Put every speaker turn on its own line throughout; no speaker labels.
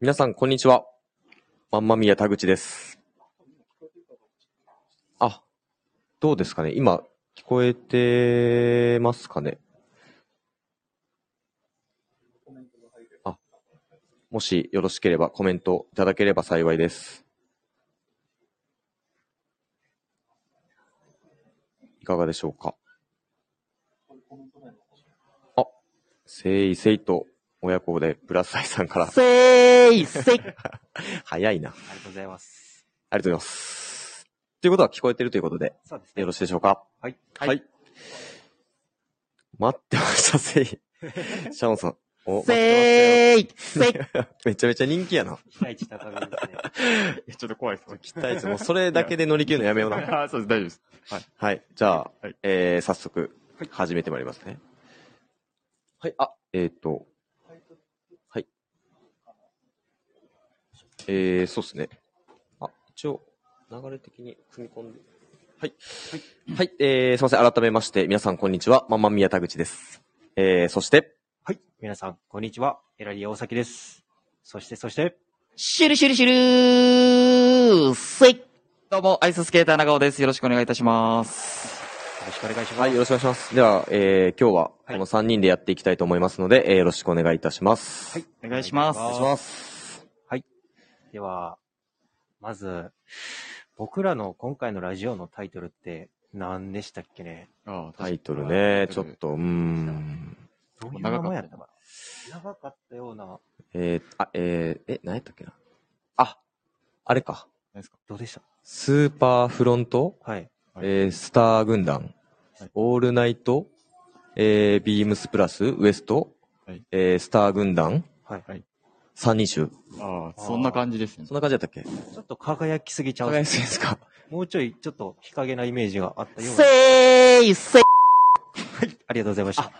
皆さん、こんにちは。まんまみや田口です。あ、どうですかね今、聞こえてますかねあ、もしよろしければコメントいただければ幸いです。いかがでしょうかあ、せいせいと親子でブラスサイさんから
せ ーいせいありが
早いな。
とうございます。
ありがとうございます。ということは聞こえてるということで、
そうですね。
よろしいでしょうか
はい。
待ってました、 せい。シャオンさん。お、待って
せーいせい
ましたよ。めちゃめちゃ人気やな。
期待値高めですね。
いやちょっと怖いです。
期待値、もうそれだけで乗り切るのやめような。
あそうです、大丈夫です。
はい。じゃあ、
はい
えー、早速、始めてまいりますね。はい、あ、えっ、ー、と、はい。えー、そうですね。あ、一応、流れ的に組み込んで。はい。はい、えー、すいません。改めまして、皆さんこんにちは。マンマミヤ田口です。えー、そして、
はい。皆さん、こんにちは。エラリー大崎です。そして、そして、
シュルシュルシュルーせいどうも、アイススケーター長尾です。よろしくお願いいたします。
よろしくお願いします。
はい、よろしくお願いします。では、えー、今日は、
はい
この3人でやっていきたいと思いますので、えー、よろしくお願いいたします。
はい。
お願いします
お願いします。はい。では、まず、僕らの今回のラジオのタイトルって何でしたっけね
あ
タイトルね、ちょっ。と、うーん。
どういう
長
名
かった
前やったかな長かったような、
えー、あ、えー、え、何やったっけなあ、あれか。
どうでした
スーパーフロント、
はい。
はい
えー、スター軍団、
はい
オールナイト、えー、ビームスプラス、ウエスト、
はい
えー、スター軍団、
はい。
三人衆。
ああ、そんな感じですね
そん。な感じだったっけ
ちょっと輝きすぎちゃう。
輝きすぎですか
もうちょい、ちょっと日陰なイメージがあったような。
せーいせい
ありがとうございました。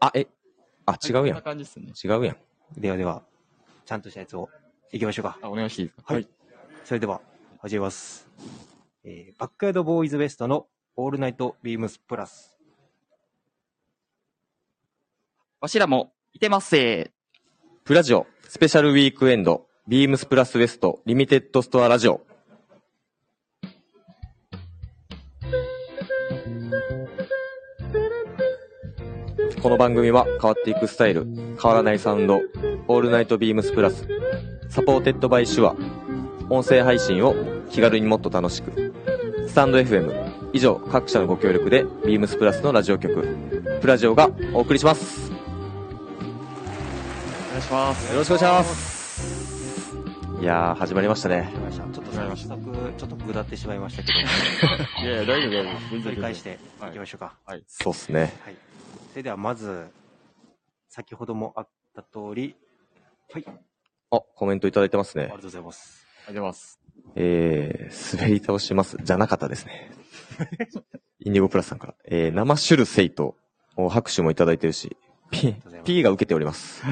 あ、え、あ、違う
そ
や
ん
ん
な。感じですね。
違うやん。
ではでは、ちゃんとしたやつを行きましょうか。
あ、お願いしていいですか
はい。それでは、始めます。えー、バックヤードボーイズウエストのオールナイトビームスプラス。
わしらも、いてますせ
プラジオ、スペシャルウィークエンド、ビームスプラスウエスト、リミテッドストアラジオ。この番組は変わっていくスタイル、変わらないサウンド、オールナイトビームスプラス、サポーテッドバイシュア、音声配信を気軽にもっと楽しく、スタンド FM、以上各社のご協力で、ビームスプラスのラジオ局、プラジオがお送りします。
お願いします。
よろしくお願いします。いやー、始まりました
わか
ね
り。ました。ちょっと早速、ちょっと下ってしまいましたけ
いやいや、大丈夫、大丈夫。
ど、
全
取
然
り返し。て
はい
いきましょうか。
そうっすね。
はい。それでは、まず、先ほどもあった通り、はい。あ
あ、コメントいただいてます
り
ね
が。とうございます。
ありがとうございます。
えー、滑り倒します。じゃなかったです ね。インディゴプラスさんから。えー、生シュルセイと、お拍手もいただいてるし、P
とうございま、す
P が受けております。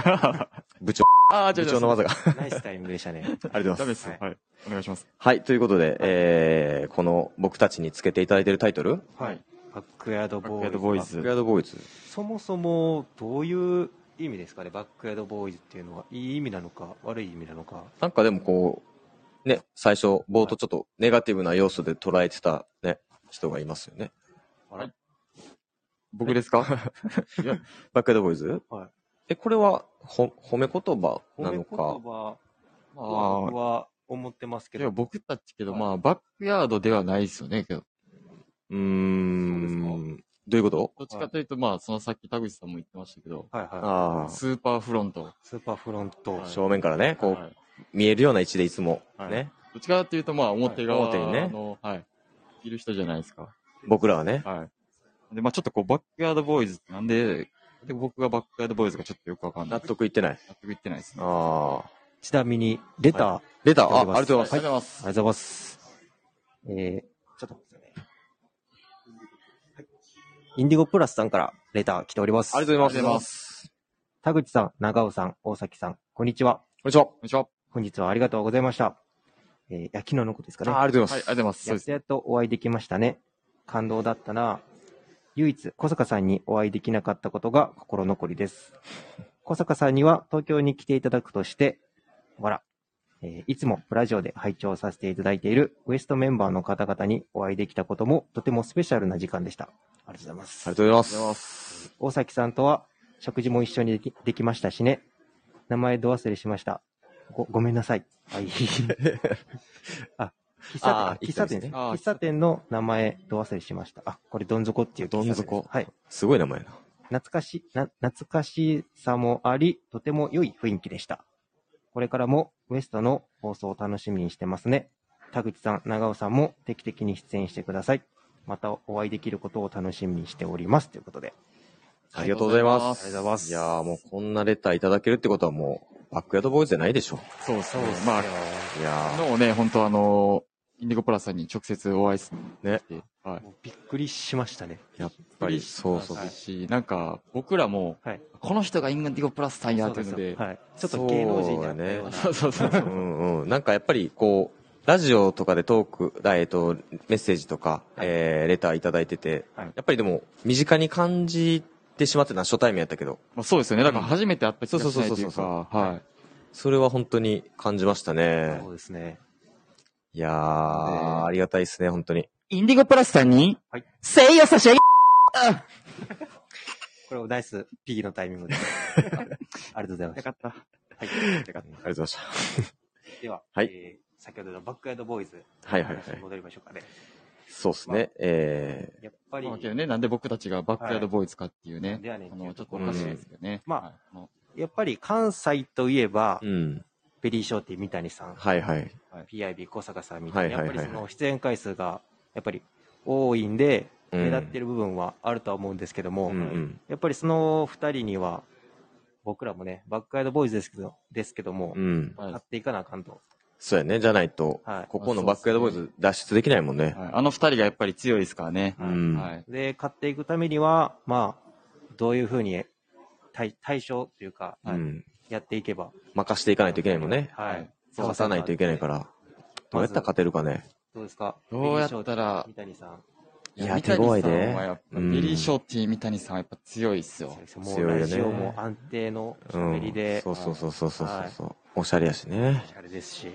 部長、
ああ、じ
部
ゃあ、じゃ
長
あ
の技が。あ
ナイスタイミングでしたね。
りがとうござ
ダ
い
メ
ま。
ですすよ。はい。お願いします。
はい、ということで、えー、この僕たちにつけていただいてるタイトル、
はい。バックヤード
バッ
ボ
クヤード
ー
ボ
イ
ーイ
ズ。
ス
ズ
ク。ヤードボーイズ。
そもそもどういう意味ですかね、バックヤードボーイズっていうのは、いい意味なのか、悪い意味なのか、
なんかでもこう、ね、最初、冒頭ちょっとネガティブな要素で捉えてたね、人がいますよね。
僕です か
バックヤードボーイズ
はい
え、これは、ほ、褒め言葉な
褒め
の
言
か。
葉
ま
は
あ、
僕は思ってますけ
でも
ど、
僕たちけど、まあ、バックヤードではないですよね、けど。
うー
そ
ん。どういうこと
どっちかというと、まあ、そのさっき田口さんも言ってましたけど、
はいは
ああ。
スーパーフロント。
い、スーパーフロント、
はい
正面からね、こう、
はい
見えるような位置でいつも、
はい
ね。
どっちかというと、まあ、表側
表にね
の、はい。いる人じゃないですか。
僕らはね。
はい。で、まあちょっとこう、バックヤードボーイズってなんで、で、僕がバックヤードボーイズがちょっとよくわかんな
納
い。
得いってない。
納得いってないですね。
ああ。
ちなみにレター、あ
出たあ、あ
あ
り
り
が
が
とう
とう
ご
ご
ざいます。
りがとうございます。
りがとうございます。えー、ちょっと待ってくださいね、はいインディゴプラスさんからレター来ております。
ありがとうご
ありがとうご
ざいま。
ざいます
田口さん、長尾さん、大崎さん、こんにちは。
こんにちは。
こんにちは。
本日はありがとうございました。えー、いや昨日のことですかね。
あありがとうござ
はいい、ありが
ま
とうございます。そう
やっ
です。
とやっとお会いできましたね。感動だったな。唯一、小坂さんにお会いできなかったことが心残りです。小坂さんには東京に来ていただくとして、わら、えーいつもプラジオで拝聴させていただいているウエストメンバーの方々にお会いできたこともとてもスペシャルな時間でした。ありがとうございます。
ありがとうございます。
す。
大崎さんとは食事も一緒にできできましたしね。名前ど忘れしました。ご、ごめんなさい。あ、いい。あ、喫茶
あー
店、喫茶店ですね。
あー
喫茶店の名前ど忘れしました。あ、これどん底っていう喫茶店です。
どん底
はい。
すごい名前やな。
懐かし、な、懐かしさもあり、とても良い雰囲気でした。これからもウエストの放送を楽しみにしてますね。田口さん、長尾さんも定期的に出演してください。またお会いできることを楽しみにしております。ということで。
ありがとうございます。
ありがとうございま
いやーもうこんなレターいただけるってことはもう、バックヤードボーイズじゃないでしょ。
そうそう。まあ、
いや
昨日ね、本当あの、インディゴプラスさんに直接お会いす
ね。
はい。
もうびっくりしましたね。
ー、やっぱり、そうそう。
ですし、なんか、僕らも、
はい
この人がインガンディゴプラスさんやというので、
はい。ちょっと芸能人になったような。
そうそう そう。
うんうん。なんかやっぱりこう、ラジオとかでトーク、あえっと、メッセージとか、
はい
えー、レターいただいてて、
はい
やっぱりでも、身近に感じてしまってた初対面やったけど、
まあ、そうですよね。だから初めて会った気がしないとい
そうそうそう
う
そう
か、はい。
それは本当に感じましたね
そ。うですね。
いやー、ありがたいですね、本当に。
インディゴプラスさんに
はい、
誠意を差し上げ、
これをナイス P のタイミン グで。ありがとうございま
よ
す。
かった。
はい。
ありがとうございました。
では、
はい
えー先ほどのバックヤードボーイズ。
はいはいはい
話に戻りましょうかね。
そうですね。え
やっぱり
まあ、けどね、なんで僕たちがバックヤードボーイズかっていうね、
ではね
あの、ちょっとおかしいですよね。
うんまあ
はい、あの
やっぱり関西といえば
ー、、うん。
ベリーショーティー三谷さん、
はいはい。
PIB 小坂さんみたいな、
は
や
いは
っぱ
いはい
りその出演回数が、やっぱり多いんで、
うん
目立ってる部分はあるとは思うんですけども、
うんうん。
やっぱりその二人には、僕らもね、バックヤードボーイズですけど、ですけども、
うん。
はい
買っていかなあかんと。
そうやね。じゃないと、
はい
ここのバックヤードボーイズ脱出できないもんね。
はいあの二人がやっぱり強いですからね。
はい
うん。
はい。
で、買っていくためには、まあ、どういうふうに対対象というか、
う
はい
ん。
やっていけば。
任していかないといけないもんね。
は。
はいい。
探さないといけないからら。どうやったら勝てるかね。
どうですか
どうやったら
三谷さん。
いや手強いで
三谷さんはやっぱ
うん
ビリー・ショーティー三谷さんはやっぱ強いっすよ
そう。です
強い
も
よ
う
ね
ラジオも安定の
うん
喋りで、
そうそうそうそうそう
はい
そう。おしゃれやしね。
あれですし、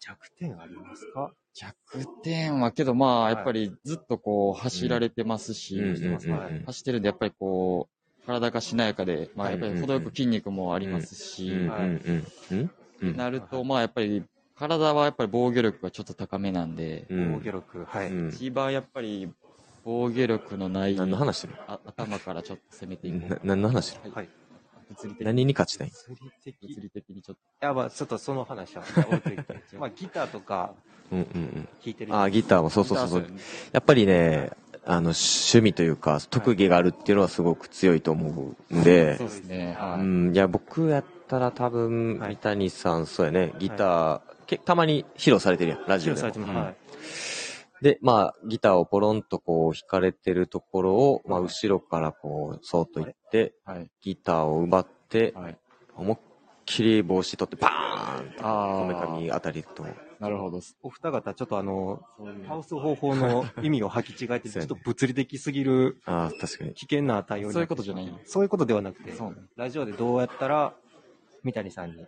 弱点ありますか
弱点はけどま
は
あ
い
やっぱりずっとこう走られてますし、
うんうん
してます
うん
は
走ってるんでやっぱりこう体がしなやかで、まあやっぱり程よく筋肉もありますし、
うん
はい
うんうんうん
なる
は
と
い
まあやっぱり体はやっぱり防御力がちょっと高めなんで、
うん
防御力、は
う
い。
ん。
一番やっぱり防御力のない
何の話してる
あ頭からちょっと攻めていこう
な何の話してる
はい
はい。
物理的に
何に勝ちたい
物理的。
物
い
理的にちょっ
や、まあちょっとその話は置いといて。まあギターとか
うんうん
弾いて
う
る
ん。あー、ギターもそうそうそうそう
と。。
やっぱりね、あの、趣味というか、特技があるっていうのはすごく強いと思うんで
そ、うですね。
う
はい。
ん、いや、僕やったら多分、
は
三
い
谷さん、そうやね、ギター、けたまに披露されてるやん、ラジオで
広さ
も
れてます
うん
はい。
で、まあ、ギターをポロンとこう弾かれてるところを、まあ、後ろからこう、そーっと行って、
はい。
ギターを奪って、
はい。
思いっきり帽子取って、パーンと、
あ
こ
ー
めかみあたりと、
なるほど。そ
お二方、ちょっとあの、
ういう
倒す方法の意味を履き違えて、ち
そうや
ょ
ね
っと物理的すぎる
ああ、確かに。
危険な対応に
そういう
なっ
こ
て
とじゃない。
そういうことではなくて、
そうね
ラジオでどうやったら三谷さんに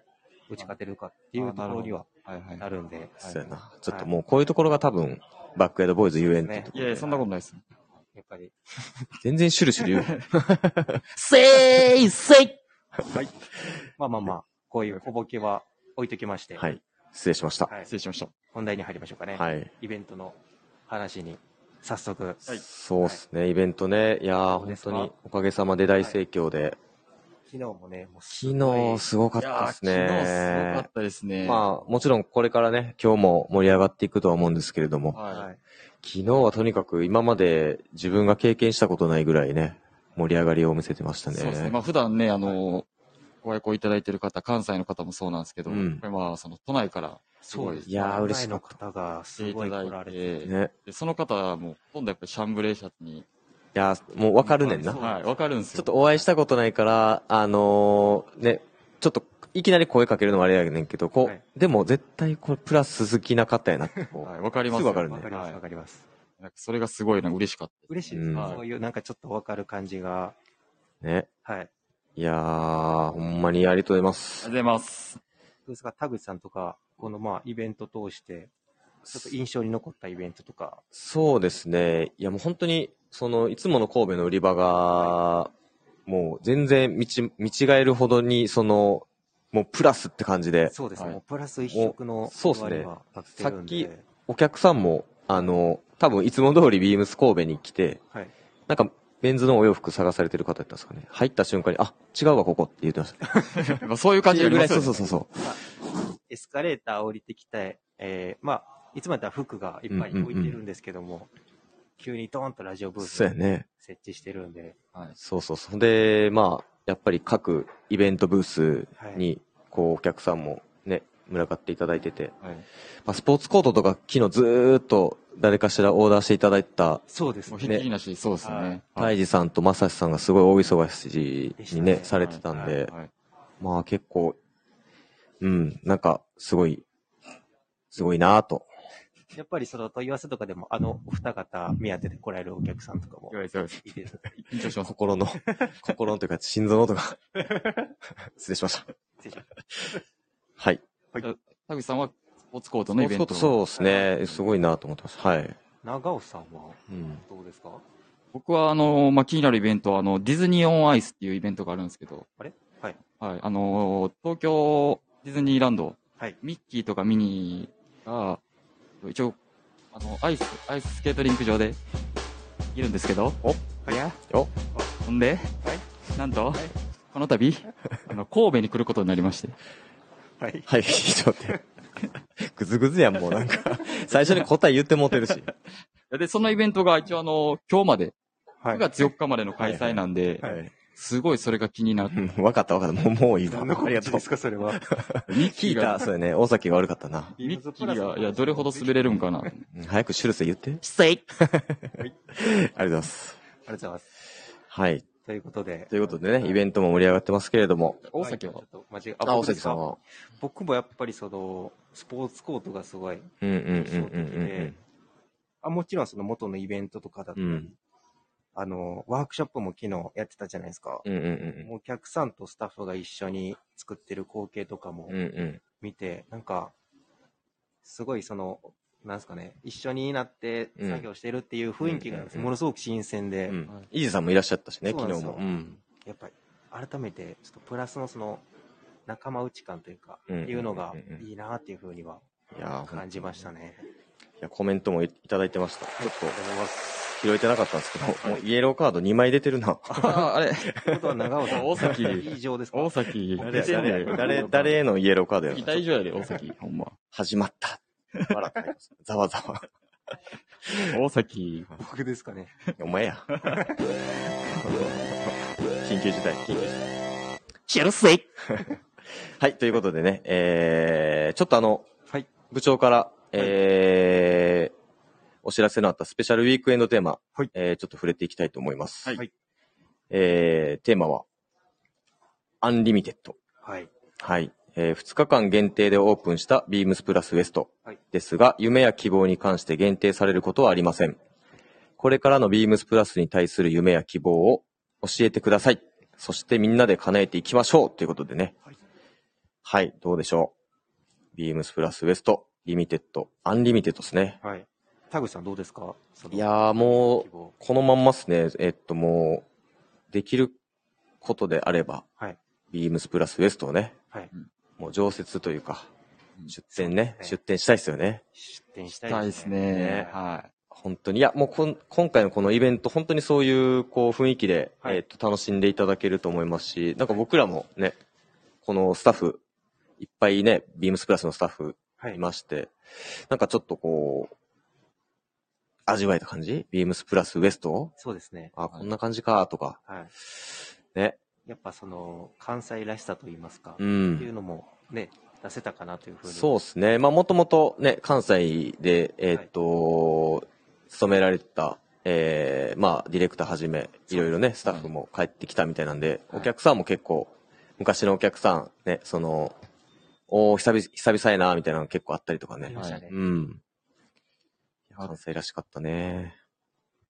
打ち勝てるかっていうところには
はいはい。
なるんで、
そうやな。ちょっともう、こういうところが多分、バックエイドボーイズゆえんっていうとこ
いやいや、そんなことないです。
やっぱり。
全然シュルシュル言う。
誠意、誠意
まあまあまあ、こういう小ボケは置いときまして、
はい。失礼しました。
はい
失礼しました。
本題に入りましょうかね。
はい。
イベントの話に早速、
はい
そうっすね、イベントね。いやー、
どう
本
です
当
か
におかげさまで大盛況で。
昨日もね、もうす
昨
ごい
日すごか
い
った
やー
で
昨
す
日すごか
ね
っ。たですね。
まあ、もちろんこれからね、今日も盛り上がっていくとは思うんですけれども、
は。
はいい、
昨日はとにかく今まで自分が経験したことないぐらいね、盛り上がりを見せてましたね。
そうですね。まあ、普段ね、あの、ご愛顧いただいてる方、関西の方もそうなんですけど、
う
こ
ん
れまあ、その、都内から、すごい
そうです
いやー、嬉し
前
かっ
の方が
来
す
てい
ご
た
い
だ
来ら
い
れて、
た。
て、
ね。
でその方はもう、ほとんどやっぱりシャンブレーシャツに。
いやー、もうわかるねんな。
そう
はい、わかるんです
ちょ
よ。
っとお会いしたことないから、あのーね、ちょっと、いきなり声かけるのもあれやねんけど、こう、
はい
でも絶対これプラス鈴木な方やなって、こう
はい、わかります
す
よ。
ぐわかるね
わかります、わ
はい
かります。
なんかそれがすごいな、嬉しかった。
嬉しいです、
うん
そういうなんかちょっとわかる感じが、
ね。
はい。
いやー、ほんまにありがとうございます
りがとう。ございます。
ですが、田口さんとか、このまあ、イベント通して、ちょっと印象に残ったイベントとか、
そうですね。いや、もう本当に、その、いつもの神戸の売り場が、もう全然見ち見違えるほどに、その、もうプラスって感じで、
そうです
は
ね、
い
もうプラス一色の
おそうっすね
割が立ってるんで
さっお客さんも、あの、多分いつも通りビームス神戸に来て、
はい、
なんか、メンズのお洋服探されてる方やったんですかね。入った瞬間に、あ、違うわ、ここって言ってました。
まあそういう感じ
ってい
が
う
あり
ぐらい、そう
ますよね
そうそうそう。
エスカレーター降りてきて、えーまあ、いつもやったら服がいっぱい置いてるんですけども、急にドーンとラジオブース
そうやね。
設置してるんで、
そうそうそう。で、まあ、やっぱり各イベントブースに、こう、お客さんもね、群がっていただいてて、
はい
まあ、スポーツコートとか昨日ずーっと誰かしらオーダーしていただいた
そうです
もう
ね
ひ。っきりなし、そうですよね。
大
い。
治さんと正志さんがすごい大忙しにね、
でしたね
されてたんで、
はい
まあ結構、うん、なんかすごい、すごいなぁと。
やっぱりその問い合わせとかでも、あのお二方目当てで来られるお客さんとかも
言われてます
いて、失
緊張します。
心の、 心のというか心臓の音が。 失礼しました。
礼しました
はい。
田口さんは、スポーツコートのイベント。
そうですね。すごいなと思ってます。はい。
長尾さんは
うん。
どうですか
僕は、あの、まあ、気になるイベントは、あの、ディズニーオンアイスっていうイベントがあるんですけど。
あれはい。
はい。あの、東京ディズニーランド。
はい
ミッキーとかミニーが、一応、あの、アイス、アイススケートリンク上で、いるんですけど。
お
いや
お
ほんで、なんと、この度、あの、神戸に来ることになりまして。
はい。
はい、 ちょっと待って。ぐずぐずやん、もうなんか。最初に答え言ってもうてるし。
で、そのイベントが一応あの、今日まで、
は
9月4日までの開催なんで、
はい。
すごいそれが気になる。
うんわかったわかった。もう、もういいわ。
何の
あ
こ
りが
と
と
で
う
す。か、それは。
聞いた、そうやね。大崎が悪かったな。
ミッキーが、いや、どれほど滑れるんかな。
うん早くシュルセ言って。
失礼。
ありがとうございます。
ありがとうございます。
はい。
ということで
と。いうことでね、イベントも盛り上がってますけれども。
大崎は
ちょっと間違え
あ、大崎さ。ん
僕ですか
は。
僕もやっぱりその、スポーツコートがすごい。
うんうんうんうん
であもちろんその元のイベントとかだったり、
うん
あの、ワークショップも昨日やってたじゃないですか。
うんうん。うんうんうん
もうお客さんとスタッフが一緒に作ってる光景とかも
うん。うんうん。
見て、なんか、すごいその、なんですかね、一緒になって
うん
作業してるっていう雰囲気
うん
が
うんうん
ものすごく新鮮で、
うんイージさんもいらっしゃったしね、
そうな
昨
んで
日
すよ
も。うん。
やっぱり改めてちょっとプラスのその仲間内感というか、
うん
っていうのが
うんうんうん
いいなっていうふうにはい
やー
感じましたね。
いや、コメントもいただいてました。ちょっと
ありがとうございます。
拾えてなかったんですけど、もうイエローカード2枚出てるな。
あ、あれ、
ということは長尾 さん、
大崎
以上ですか
大崎、
誰
誰
や誰や
や
誰
大
誰へのイエローカードや
崎
ろ
大丈夫やで、大崎、ほんま。
始まった。笑ってますざわざわ。
大崎、
僕ですかね。
お前や。緊急事態、緊急事態。
失礼。
はい、ということでね、えー、ちょっとあの、
はい
部長から、えーお知らせのあったスペシャルウィークエンドテーマ、
はい
えーちょっと触れていきたいと思います。
はい
えー、テーマは、アンリミテッド。
はい。
はい。え2日間限定でオープンしたビームスプラスウエスト
はい
ですが、夢や希望に関して限定されることはありません。これからのビームスプラスに対する夢や希望を教えてください。そしてみんなで叶えていきましょうということでね。
はい
はい、どうでしょう。ビームスプラスウエスト、リミテッド、アンリミテッドですね。
はい。田口さんどうですかその
いやーも
希
う、
望
このまんまっすね。えっともう、できることであれば、
はい
ビームスプラスウエストをね、
はい
もう常設というか、
うん
出店ね、
そうですね
出店したいですよね。
出店し
大
たい
で
ですすね。
ね。は
本当に。いや、もうこん今回のこのイベント、本当にそういう、こう、雰囲気で、
はい
えっと、楽しんでいただけると思いますし、なんか僕らもね、このスタッフ、いっぱいね、ビームスプラスのスタッフ
はいい。
まして、なんかちょっとこう、味わえた感じビームスプラスウエストを
そうですね。
あ、こんな感じか、とか、
はい。
ね。
やっぱその、関西らしさと言いますか、
う。
っていうんのもね、出せたかなというふうに。。
そううですね。まあ、もともとね、関西で、えーっと、勤められてた、えーまあ、ディレクターはじめ、いろいろね、スタッフも帰ってきたみたいなんで、
はい
お客さんも結構、昔のお客さん、ね、その、おー、久々、久々やな、みたいなの結構あったりとか
あり
ね。
ましたね。
うん。関西らしかったね。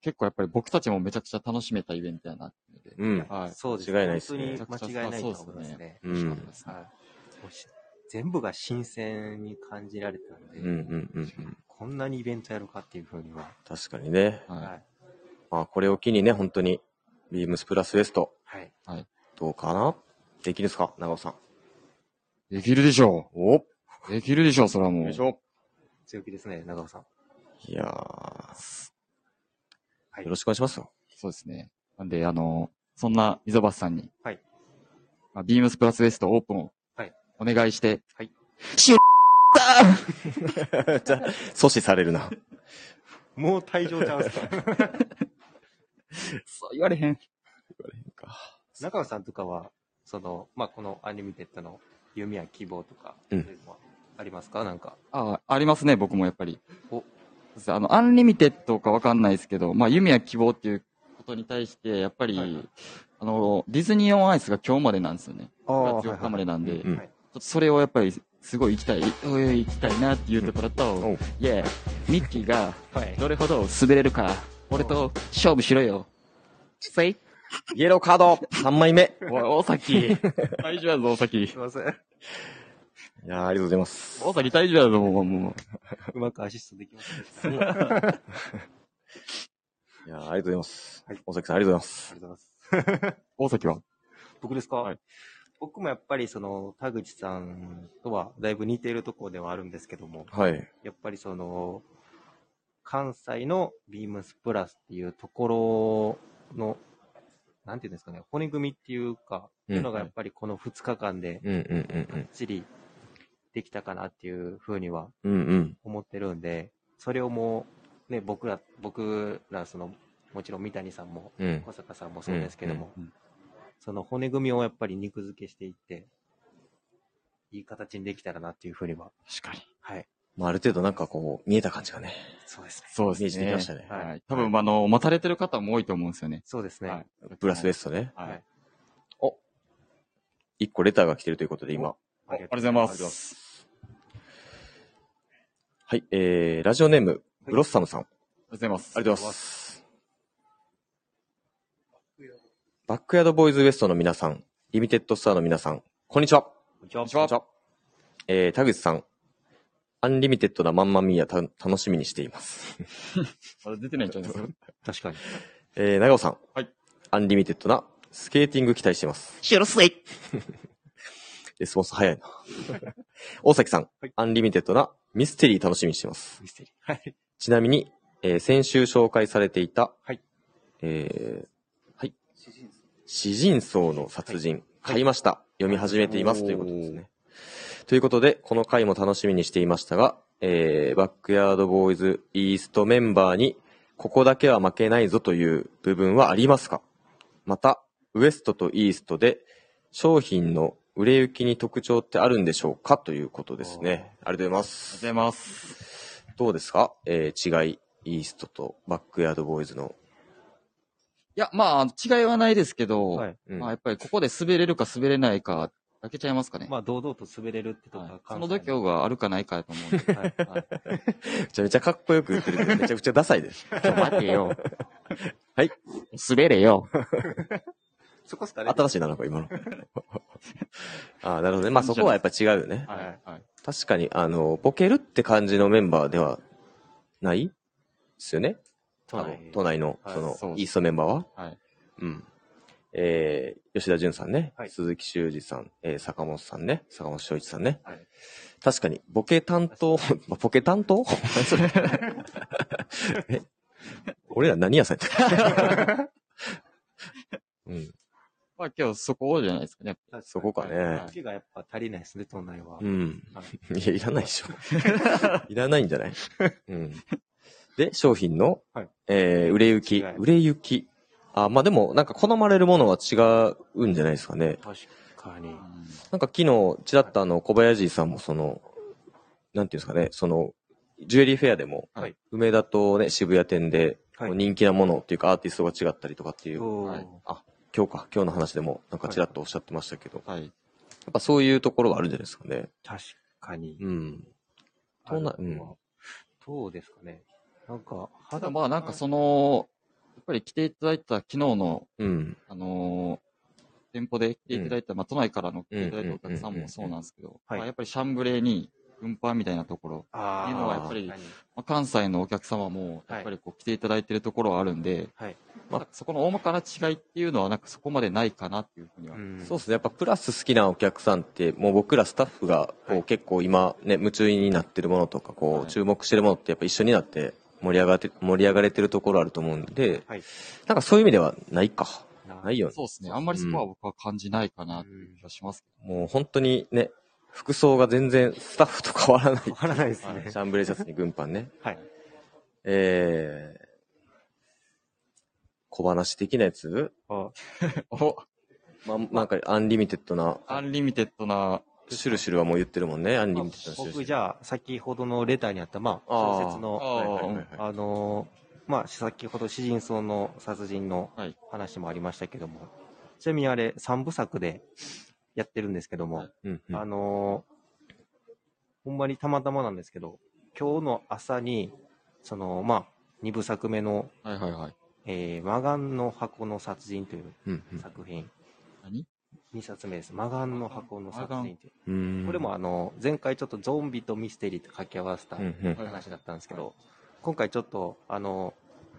い。結構やっぱり僕たちもめちゃくちゃ楽しめたイベントやなっていうので。て。
うん。
はい。
そうです
間違いないですね
本当に間違いないと思いますね。
う
美味しかっ
ん
た。ですね。
はいもうし全部が新鮮に感じられたんで、
うんうんうんうん。
こんなにイベントやるかっていうふうには、
確かにね。
は。
はいい。
まあ、これを機にね、本当に、ビームスプラスウエスト、
はい。
どうかなできるっすか長尾さん。
できるでしょ
およ
う。できるでしょう、それはもう。
いしょ。
強気ですね、長尾さん。
いやー
はい
よろしくお願いしますよ。
そうですね。なんで、あの、そんな溝端さんに、
はい。
まあ、ビームスプラスウエストオープンを、
はい。
お願いして、
はい。
しゅ
じゃあ阻止されるな。
もう退場チャンスか。
そう言われへん。
中尾さんとかは、その、まあ、このアニメテッドの弓や希望とか、
うん
そういうのはありますかなんか。
ああ、ありますね、僕もやっぱり。
お
そうですねあの、アンリミテッドかわかんないですけど、まあ、弓や希望っていうことに対して、やっぱり、
はいはい
あの、ディズニーオンアイスが今日までなんですよね。
あ
4月4日までなんで、
うん
ち
う
ょ
ん
っとそれをやっぱり、すごい行きたい、おい行きたいなっていうところと、
おう
いや、ミッキーが、
はい。
どれほど滑れるか、俺と勝負しろよ。せい
イエローカード !3 枚目
おい、大崎。大丈夫やぞ、大崎
すい。ません。
いやーありがとうございます。
大崎大丈夫やぞ、もう、も
うまくアシストできませんでした。ありがとう
いやーありがとうございます
はい。
大崎さんありがとうございます。
ございます。
う。大崎は
僕ですか、
はい
僕もやっぱりその、田口さんとはだいぶ似ているところではあるんですけども、
はい。
やっぱりその、関西のビームスプラスっていうところの、なんていうんですかね、骨組みっていうか、っていうのがやっぱりこの2日間で
うんうんうん
がっちりできたかなっていうふうには
うん。うんうん。
思ってるんで、それをもう、ね、僕ら、僕ら、その、もちろん三谷さんも、
うん。
小坂さんもそうですけども、
うんうん
その骨組みをやっぱり肉付けしていって、いい形にできたらなっていうふうには、
確かに。
はい、
まあ、ある程度なんかこう、見えた感じがね、
そうですね。
そう
イメージできましたね。
はい
はい。多分、あの、待たれてる方も多いと思うんですよね。
そうですね。
はい。
プラスウエストね。
はい。
1個レターが来てるということで、今。
ありがとうございま。
ありがとうございます
はい。えー、ラジオネーム、
い
ブロッサムさん。
ありがとうございます。
ありがとうございます。バックヤードボーイズウエストの皆さん、リミテッドスターの皆さん、こんにちは。
す。こんにち
こんにちは。えー、田口さん、アンリミテッドなまんまみーやた楽しみにしています。
あれ出てないんちゃいます
確かに。
えー、長尾さん、
はい
アンリミテッドなスケーティング期待しています。
シュルスイ
レスポンス早いな。大崎さん、
はい
アンリミテッドなミステリー楽しみにしてます。
ミステリー。はい。
ちなみに、えー先週紹介されていた、
はい。
えー、はい。詩人層の殺人、買いました。読み始めていますということですね。ということで、この回も楽しみにしていましたが、えー、バックヤードボーイズイーストメンバーに、ここだけは負けないぞという部分はありますかまた、ウエストとイーストで、商品の売れ行きに特徴ってあるんでしょうかということですね。ありがとうございます。
ありがとうございます。
どうですかえー、違い、イーストとバックヤードボーイズの。
いや、まあ、違いはないですけど、
はい
うん
まあ、やっぱりここで滑れるか滑れないか、だけちゃいますかね。
まあ、堂々と滑れるってとこ
はい
が
そ
関
の
西
度胸があるかないかやと思うんで。
はい。はい
めちゃめちゃかっこよく言ってるけ ど、めちゃくちゃダサいです。
ちょ、待て よ。
はい。
滑れよ。
そこっすかね。
新しいな、なんか 今の。ああ、なるほどね。まあそこはやっぱ違うよね。
はい。はい。
確かに、あの、ボケるって感じのメンバーではないですよね。
都
あの
内
都内の、
はい
その、
そうです
イーストメンバーは。
はい。
うん。えー、吉田純さんね、
はい
鈴木修二さん、えー坂本さんね、坂本翔一さんね。
はい
確かに、ボケ担当、 まボケ担当何それえ俺ら何屋さんやって るうん、
まあ、今日そこじゃないですかね。
そこかね
はいボケがやっぱ足りないですね、都内は。
うん
は。
いや、いらないでしょ。 いらないんじゃないうん。で、商品の、
はい
えー売れ行き、
違い
売れ行き。あ、まあでも、なんか好まれるものは違うんじゃないですかね。
確かに。
なんか昨日、ちらっとあの、小林さんもその、なんていうんですかね、その、ジュエリーフェアでも、
はい
梅田とね、渋谷店で、
はい
人気なものっていうかアーティストが違ったりとかっていう、
おー
はい
今日か、今日の話でも、なんかちらっとおっしゃってましたけど、
はい。
やっぱそういうところはあるんじゃないですかね。
確かに。
うん。都内
あるのはどうですかね。なんか、
ただまあ、なんかその、ぱり来ていただいた昨日の、
うん。
あのー店舗で来ていただいた、まあ、都内からの来ていただいたお客さん
うんうんうんうんうん
もそうなんですけど、
はい
まあ、やっぱりシャンブレーに、運搬みたいなところ、
あ
っていうのはやっぱり
確かに
まあ、関西のお客様も、
はい
やっぱりこう来ていただいてるところはあるんで、
はい
まあ、そこの大まかな違いっていうのは、なんかそこまでないかなっていうふうには。
うん
そうですね。やっぱプラス好きなお客さんって、もう僕らスタッフが、こ
は
う結構今ね、夢中になってるものとか、こ
はいう
注目してるものってやっぱ一緒になって盛り上がって、盛り上がれてるところあると思うんで、
はい
なんかそういう意味ではないか。ないよね。
そうですね。あんまりそこは僕は感じないかなっていう気がしますけ
もう本当にね、服装が全然スタッフと変わらない。
わからないです
シ
ね。
ャンブレーシャツに軍パンね。
はい。
えー、小話的なやつ
あ
ど。お
ま、なんかアンリミテッドな、
アンリミテッドな、
シュルシュルはもう言ってるもんね、アンリミテッドのシュルシュ
僕
ル。
じゃあ、先ほどのレターにあった、まあ、
あー
小説の
あ
はいはいはい
あのーまあ、先ほど、詩人草の殺人の
はい
話もありましたけども、ちなみにあれ、三部作でやってるんですけども、
はい
うんうん
あのーほんまにたまたまなんですけど、今日の朝に、その、まあ、二部作目の、
はいはいはい。
えー、マガンの箱の殺人という
うんうん
作品、
何
二冊目です。マガンの箱の殺人という。
うん
これもあの、前回ちょっとゾンビとミステリーと掛け合わせた
うんうん
はい
話だったんですけど、今回ちょっと、あの、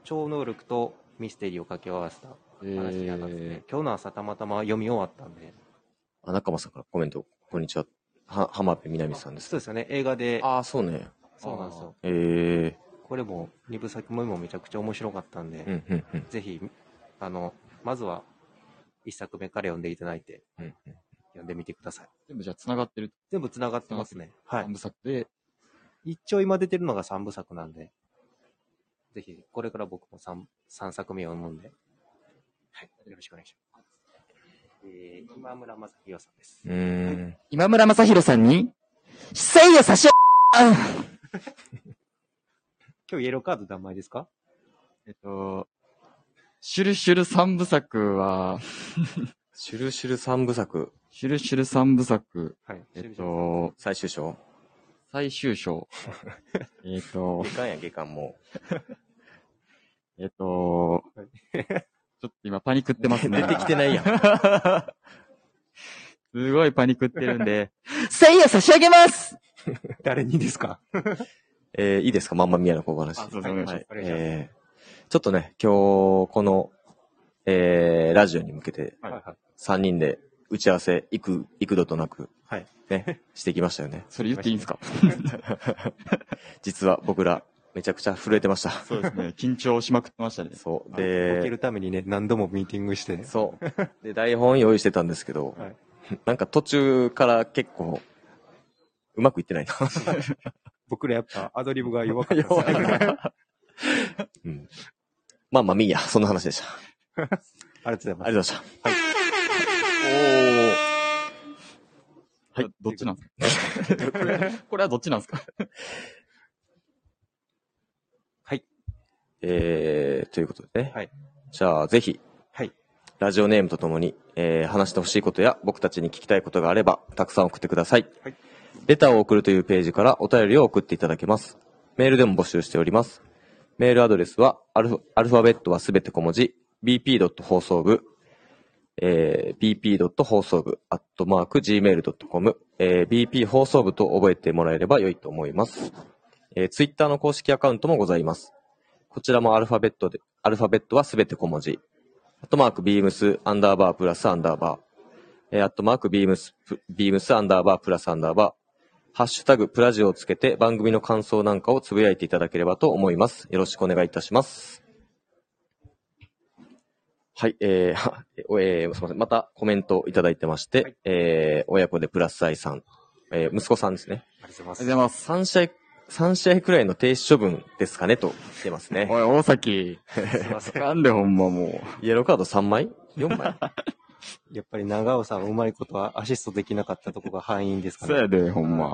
超能力とミステリーを掛け合わせた
え
話になったんです
ー
ね、。今日の朝たまたま読み終わったんで、
あ、中間さんからコメント、こんにちは。は、浜辺美波さんです。
そうですよね、映画で、
ああ、そうね。
そうなんですよ。
え
これも、二部作目もめちゃくちゃ面白かったんで、
えうんうんうん
ぜひ、あの、まずは、一作目から読んでいただいて、
うんうん。
読んでみてください。
全部じゃあ繋がってる。
全部繋がってますね。は
三
い。
部作で、
一応今出てるのが三部作なんで、ぜひ、これから僕も三、三作目を読むんで、はい。よろしくお願いします。えー、今村正宏さんです。
うーん。
今村正宏さんに、誠意を差し上げ、
今日イエローカード何枚ですか
えっと、シュルシュル三部作は、
シュルシュル三部作、
シュルシュル三部作、
はい。
えっと、
最終章
最終 章。えっと、
下巻や下巻も
えっと、ちょっと今パニクってますね。
出 てきてないやん。
すごいパニクってるんで、
誠意を差し上げます
誰にですか
えーいいですかまんまみやの小話。
あそうですお願いします
はい
お願いします
えーちょっとね、今日、この、えーラジオに向けて、
はいはい。
3人で打ち合わせ、幾、幾度となく、
はい。
ね、してきましたよね。
それ言っていいんですか
実は僕ら、めちゃくちゃ震えてました。
そうですね。 緊張しまくってましたね。
そう。
ボケ
で
る、ためにね、何度もミーティングし て。
そう。で、台本用意してたんですけど、
はい
なんか途中から結構、うまくいってないな。
僕らやっぱアドリブが弱かったですね
うん。まあまあ、みーや。そんな話でした。あ
ありがとうござ
りがと
いま
うございました。はい
どっちなんですかこれ これはどっちなんですか
えー、ということでね。
はい
じゃあ、ぜひ、
はい
ラジオネームとともに、えー、話してほしいことや、僕たちに聞きたいことがあれば、たくさん送ってください。
はい
レターを送るというページからお便りを送っていただけます。メールでも募集しております。メールアドレスは、アルファアルファベットはすべて小文字、bp. 放送部、えー、bp. 放送部、アットマーク、gmail.com、えー、bp 放送部と覚えてもらえれば良いと思います。えー、ツイッターの公式アカウントもございます。こちらもアルファベットで、アルファベットはすべて小文字。アットマークビームスアンダーバープラスアンダーバー。えー、アットマークビームス、ビームスアンダーバープラスアンダーバー。ハッシュタグプラジオをつけて番組の感想なんかをつぶやいていただければと思います。よろしくお願いいたします。はい、えー、 えー、すみません。またコメントいただいてまして、
はい
えー、親子でプラス愛さん、えー、息子さんですね。
す。ありがとうご
ありがとうご
ざい
ざいます。
3試合、3試合くらいの停止処分ですかねと来てますね。
おい、大崎。
ます。すいません。
なんでほんまも
イエローカード3枚 ?4 枚
やっぱり長尾さん、うまいことはアシストできなかったとこが敗因です
う。
か
そう
ね。
やで、ほんま。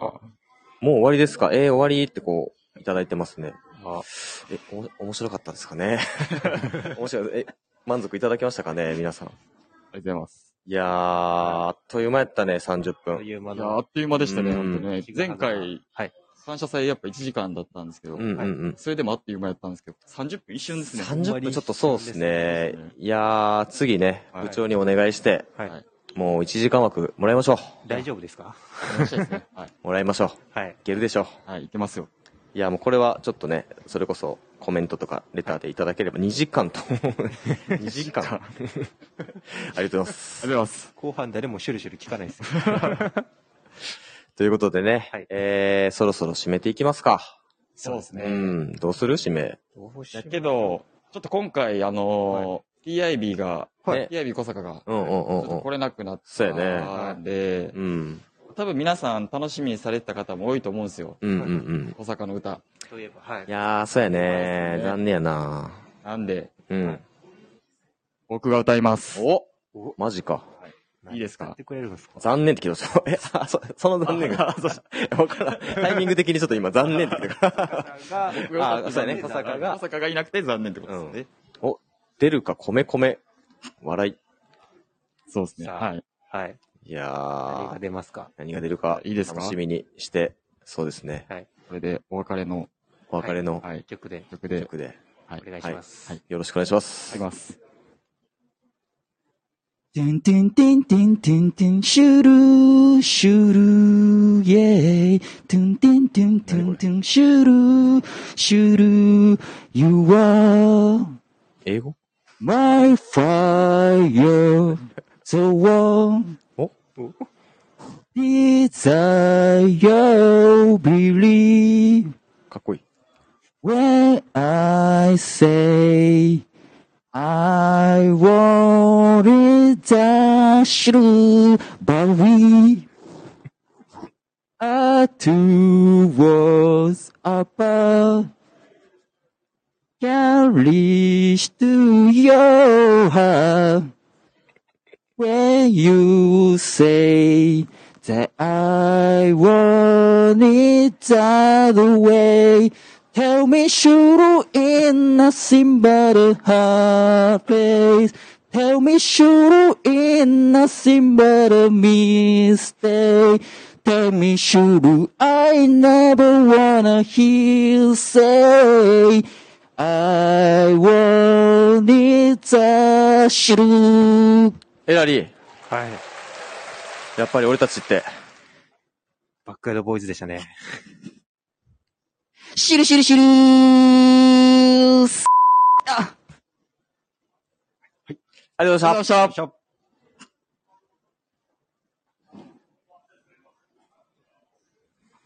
もう終わりですかえー、終わりってこう、いただいてますね。
あ
え、おも、面白かったですかね 面白い。え、満足いただけましたかね皆さん。
りがとうございます。
いやー、あっという間やったね、30
と
分。
いう間
いや、あ
の。
っという間でしたね、
うん
本当ね。前回、
はい。
感謝祭やっぱ1時間だったんですけど、
うんうんうん。
それでもあっという間やったんですけど、30分一瞬ですね。
30分ちょっとそうですね
そうですね。
いやー、次ね、
はい
部長にお願いして、
はい
はい
もう1時間枠もらいましょ
大丈夫ですか
楽しいですね。はい。
う。もらいましょう。
はい
い。けるでしょう。
はい、いけますよ。
いや、もうこれはちょっとね、それこそコメントとかレターでいただければ2時間と思う。2時間。 ありがとうございます。
ありがとうございます。
後半誰もシュルシュル聞かないですよ。
ということでね、
はい
えー、そろそろ締めていきますか。
そうですね
う。ん、どうする締め。
どうしよ
だ
う
け、ど、ちょっと今回、あのー TIB が、
はい
TIB 小坂が、
うんうんう
ちょ
ん
っ
う
と
ん。
来れなくなっ
そう
た
やね。
んで、
うん。
多分皆さん楽しみにされてた方も多いと思うんですよ。
うんうんうん。
小坂の歌。
といえば、はい
い。やー、そうやね
そうですね
残念やな
なんで、
うん。
僕が歌います。
お
お
マジか。
いいですか
やってくれるんですか
残念って来ました。 え、あ、そ、その残念が。 わからん。タイミング的にちょっと今残念って来た から。
が
あそうやね
小坂が
小坂がいなくて残念ってことですよね。
出るか、米米。笑
そうですね。
さあ
はい。
はい。
い。いや
何が
ー、
出ますか
何が出るか、
いいですか
楽しみにして、そうですね。
これでお別れの、
お別れの
はい、
曲で
曲で、
曲で、
はい、
お願いします。
はい
よろしくお願いしま
あ
す
り。ます。
てんてんてんてんてんてん、シュルー、シュルー、イェーイ。てんてんてんてんてん、シュルー、シュルー、You are
英語
my fire, the one.
お
Desire, believe.
かっこいい。
When I say I want it dash Bowie I two was about can reach to your heart when you say that I want it that way. Tell me, should in nothing but a hard place. Tell me, should in nothing but a mistake. Tell me, should I never wanna hear say, I want it that should.
えラリー、
はい。
やっぱり俺たちって、
バックヤードボーイズでしたね。
シルシルシルーす
ありがとうございました。
よいしょ